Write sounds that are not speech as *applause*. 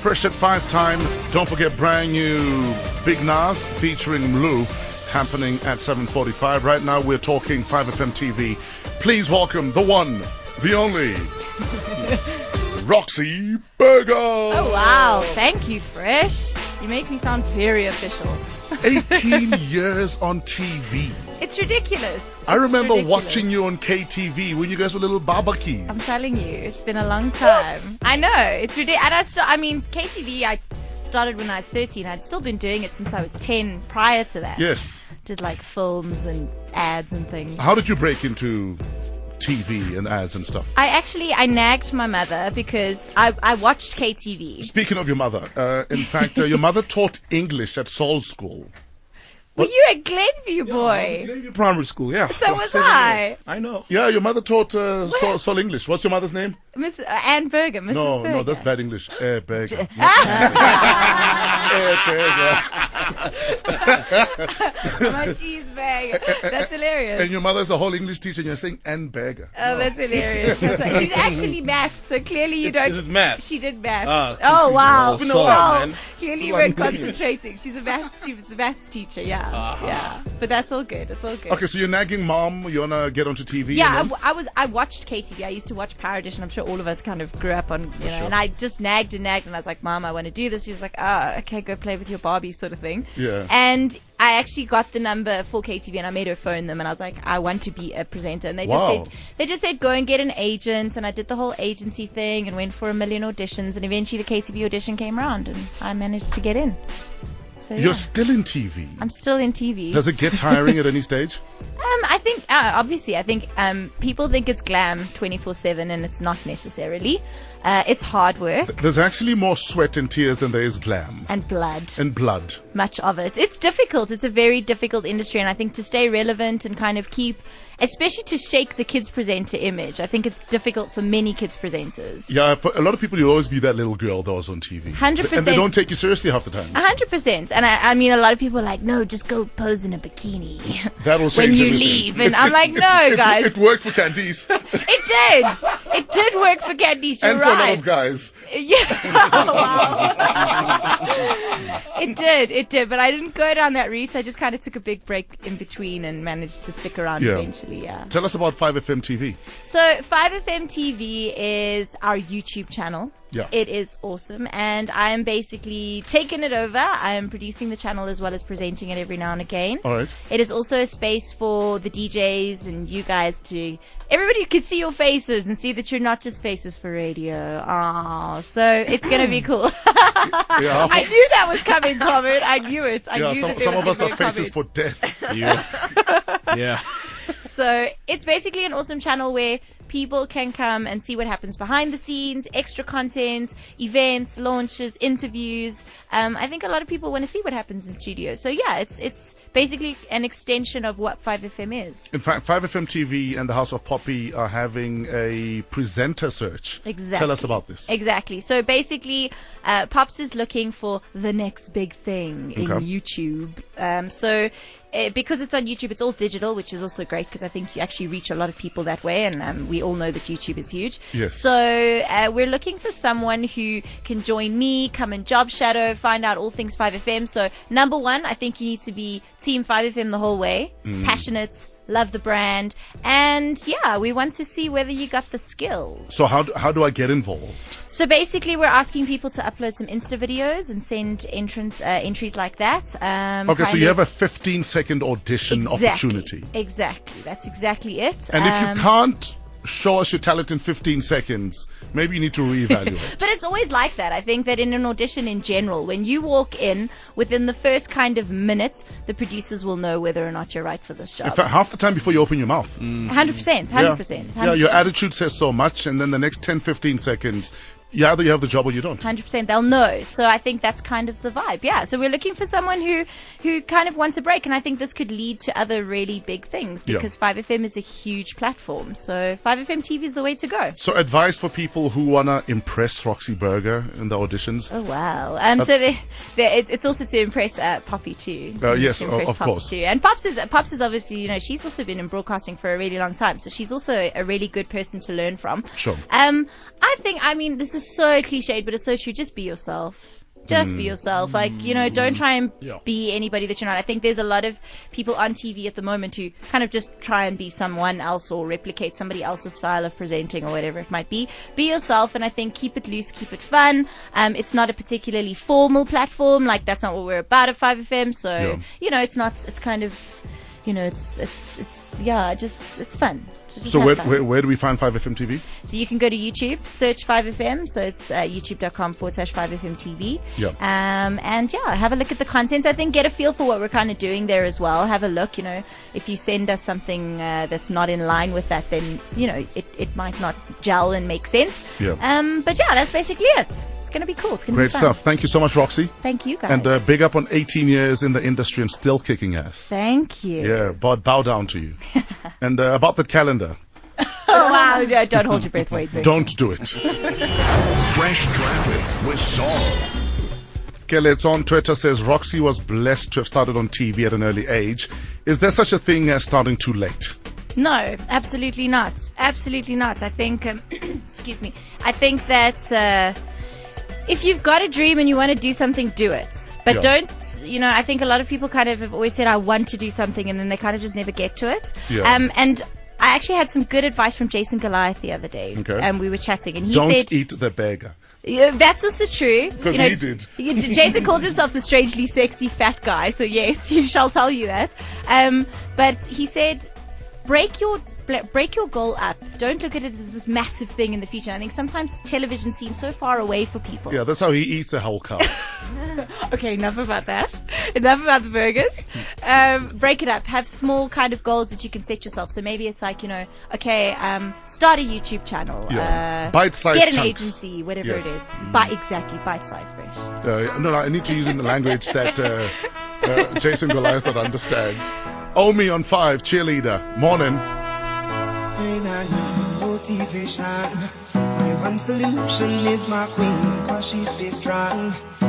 Fresh at five time. Don't forget brand new Big Nas featuring Lou happening at 7:45. Right now we're talking 5FM TV. Please welcome the one, the only, *laughs* Roxy Burger. Oh wow! Thank you, Fresh. You make me sound very official. *laughs* 18 years on TV. It's ridiculous. I It's remember ridiculous. watching you on KTV when you guys were little barbecues. I'm telling you, it's been a long time. I know it's ridiculous. And I still, I mean, KTV. I started when I was 13. I'd still been doing it since I was 10. Prior to that, Yes. did like films and ads and things. How did you break into TV and ads and stuff? I actually I nagged my mother because I I watched KTV. Speaking of your mother, uh, in fact, uh, your *laughs* mother taught English at Seoul School. Were you a Glenview boy? Maybe primary school, yeah. So *laughs* For was seven I. years. I know. Yeah, your mother taught uh, Seoul, Seoul English. What's your mother's name? Miss uh, Anne Berger, Mrs. no, Berger. no, that's *laughs* bad English. Eh, Berger. Eh, Berger. my cheese *laughs* bag. That's And hilarious. your mother's a whole English teacher, and you're saying Ann Berger. Oh, that's hilarious. She's actually maths, so clearly you It's- don't. is it maths? She did maths. Ah, oh wow! it's been a while, man. Clearly you You weren't are brilliant. concentrating. She's a maths. She was a maths teacher. Yeah, yeah. But that's all good. It's all good. Okay, so you're nagging mom. You wanna get onto TV? Yeah, I, and then- w- I was. I watched KTV. I used to watch Power Edition. I'm sure all of us kind of grew up on, you know. sure. And I just nagged and nagged, and I was like, "Mom, I want to do this." She was like, "Oh, okay, go play with your Barbie," sort of thing. Yeah. And I actually got the number for KTV, and I made her phone them, and I was like, "I want to be a presenter." And they just Wow. said, "They just said go and get an agent," and I did the whole agency thing and went for a million auditions, and eventually the KTV audition came around, and I managed to get in. So yeah, You're still in TV. I'm still in TV. Does it get tiring at any stage? Um, I think uh, obviously, I think um, people think it's glam 24/7, and it's not necessarily. Uh, it's hard work There's actually more sweat and tears than there is glam and blood, and blood. much of it. It's difficult. It's a very difficult industry, and I think to stay relevant and kind of keep, especially to shake the kids presenter image, I think it's difficult for many kids presenters. Yeah, for a lot of people, you'll always be that little girl that was on TV. 100%. And they don't take you seriously half the time. A hundred percent, and I, I mean, a lot of people are like, no, just go pose in a bikini *laughs* That'll when change you everything. leave, and I'm like, no, It- guys, It worked for Candice *laughs* it did, it did work for Candice, you're and for a lot right. of guys. Yeah. Oh, wow. it did. It did. But I didn't go down that route. I just kind of took a big break in between and managed to stick around Yeah. eventually. Yeah. Tell us about 5FM TV. So 5FM TV is our YouTube channel. Yeah. It is awesome, and I am basically taking it over. I am producing the channel as well as presenting it every now and again. All right. It is also a space for the DJs and you guys to. Everybody can see your faces and see that you're not just faces for radio. Ah, so it's *clears throat* gonna be cool. *laughs* Yeah. I knew that was coming, Comet. I knew it. I yeah, knew some, that there some was of us gonna are be a faces comment. for *laughs* death. yeah. So it's basically an awesome channel where people can come and see what happens behind the scenes, extra content, events, launches, interviews. Um, I think a lot of people want to see what happens in studio. So yeah, it's it's basically an extension of what 5FM is. In fact, 5FM TV and the House of Poppy are having a presenter search. Exactly. Tell us about this. Exactly. So basically, uh, Pops is looking for the next big thing in Okay. YouTube. Um, so uh, because it's on YouTube, it's all digital, which is also great because I think you actually reach a lot of people that way, and um, we all know that YouTube is huge. Yes. So uh, we're looking for someone who can join me, come and job shadow, find out all things 5FM. So number one, I think you need to be Team 5FM the whole way, Mm. passionate. Love the brand, and yeah, we want to see whether you got the skills. So how do, how do I get involved? So basically, we're asking people to upload some Insta videos and send entrance uh, entries like that. Um, Okay, so kind you of- have a 15 second audition Exactly. opportunity. Exactly, that's exactly it. And if Um, you can't show us your talent in 15 seconds, maybe you need to *laughs* reevaluate. But it's always like that. I think that in an audition in general, when you walk in, within the first kind of minute, the producers will know whether or not you're right for this In job. fact, half the time before you open your mouth. Mm. 100%, 100%, Yeah. 100%. Yeah, your attitude says so much, and then the next 10, 15 seconds, you either you have the job or you don't. hundred percent they'll know. So I think that's kind of the vibe. Yeah. So we're looking for someone who who kind of wants a break, and I think this could lead to other really big things Yeah. because Five FM is a huge platform. So Five FM TV is the way to go. So, advice for people who wanna impress Roxy Berger in the auditions? Oh wow! Um, so they, they, it's, it's also to impress uh, Poppy too. Uh, yes, To o- impress of Pops course. Too. And Pops is Pops is obviously you know she's also been in broadcasting for a really long time, so she's also a really good person to learn from. Sure. Um, I think I mean this is sounds so cliched, but it's so true. Just be yourself. Just Mm. be yourself. Like, you know, don't try and Yeah. be anybody that you're not. I think there's a lot of people on TV at the moment who kind of just try and be someone else or replicate somebody else's style of presenting or whatever it might be. Be yourself, and I think keep it loose, keep it fun. Um, it's not a particularly formal platform. Like, that's not what we're about at 5FM. So, Yeah. you know, it's not, it's kind of, you know, it's, it's, it's, yeah, just, it's fun. just So have where, fun. where, where do we find 5FM TV? So you can go to YouTube, search 5FM. So it's uh, youtube.com forward slash 5FM TV. Yeah. Um, and yeah, have a look at the content. I think get a feel for what we're kind of doing there as well. Have a look. You know, if you send us something uh, that's not in line with that, then, you know, it, it might not gel and make sense. Yeah. Um, but yeah, that's basically it. It's going to be cool. It's going to be Great fun. stuff. Thank you so much, Roxy. Thank you guys. And uh, big up on 18 years in the industry and still kicking ass. Thank you. Yeah, but bow down to you. and uh, about the calendar, *laughs* Oh, wow. Yeah, don't hold your breath. Wait. Zeke. don't do *laughs* it. Fresh traffic with Saul. Kelly, it's on Twitter says Roxy was blessed to have started on TV at an early age. Is there such a thing as starting too late? No, absolutely not. Absolutely not. I think, um, *clears throat* excuse me, I think that uh, if you've got a dream and you want to do something, do it. But Yeah. don't, you know, I think a lot of people kind of have always said, I want to do something, and then they kind of just never get to it. Yeah. Um, and I actually had some good advice from Jason Goliath the other day. Okay. And we were chatting, and he Don't said, eat the beggar. yeah, that's also true. Because he *laughs* did. J- Jason calls himself the strangely sexy fat guy, so yes, *laughs* he shall tell you that. Um, but he said, break your bl- break your goal up. Don't look at it as this massive thing in the future. I think sometimes television seems so far away for people. Yeah, that's how he eats a whole cow. *laughs* Okay, enough about that. Enough about the burgers. Um, break it up. Have small kind of goals that you can set yourself. So maybe it's like you know, okay, um, start a YouTube channel. Yeah. Uh, Bite-sized Get an chunks. agency, whatever Yes. Mm. it is. Bite exactly bite size fresh. Uh, no, no, I need to use in the language that uh, uh, Jason Goliath would understand. Oh me on five, cheerleader. Morning. Hey, nah, nah, motivation. My one solution is my queen, cause she stays strong.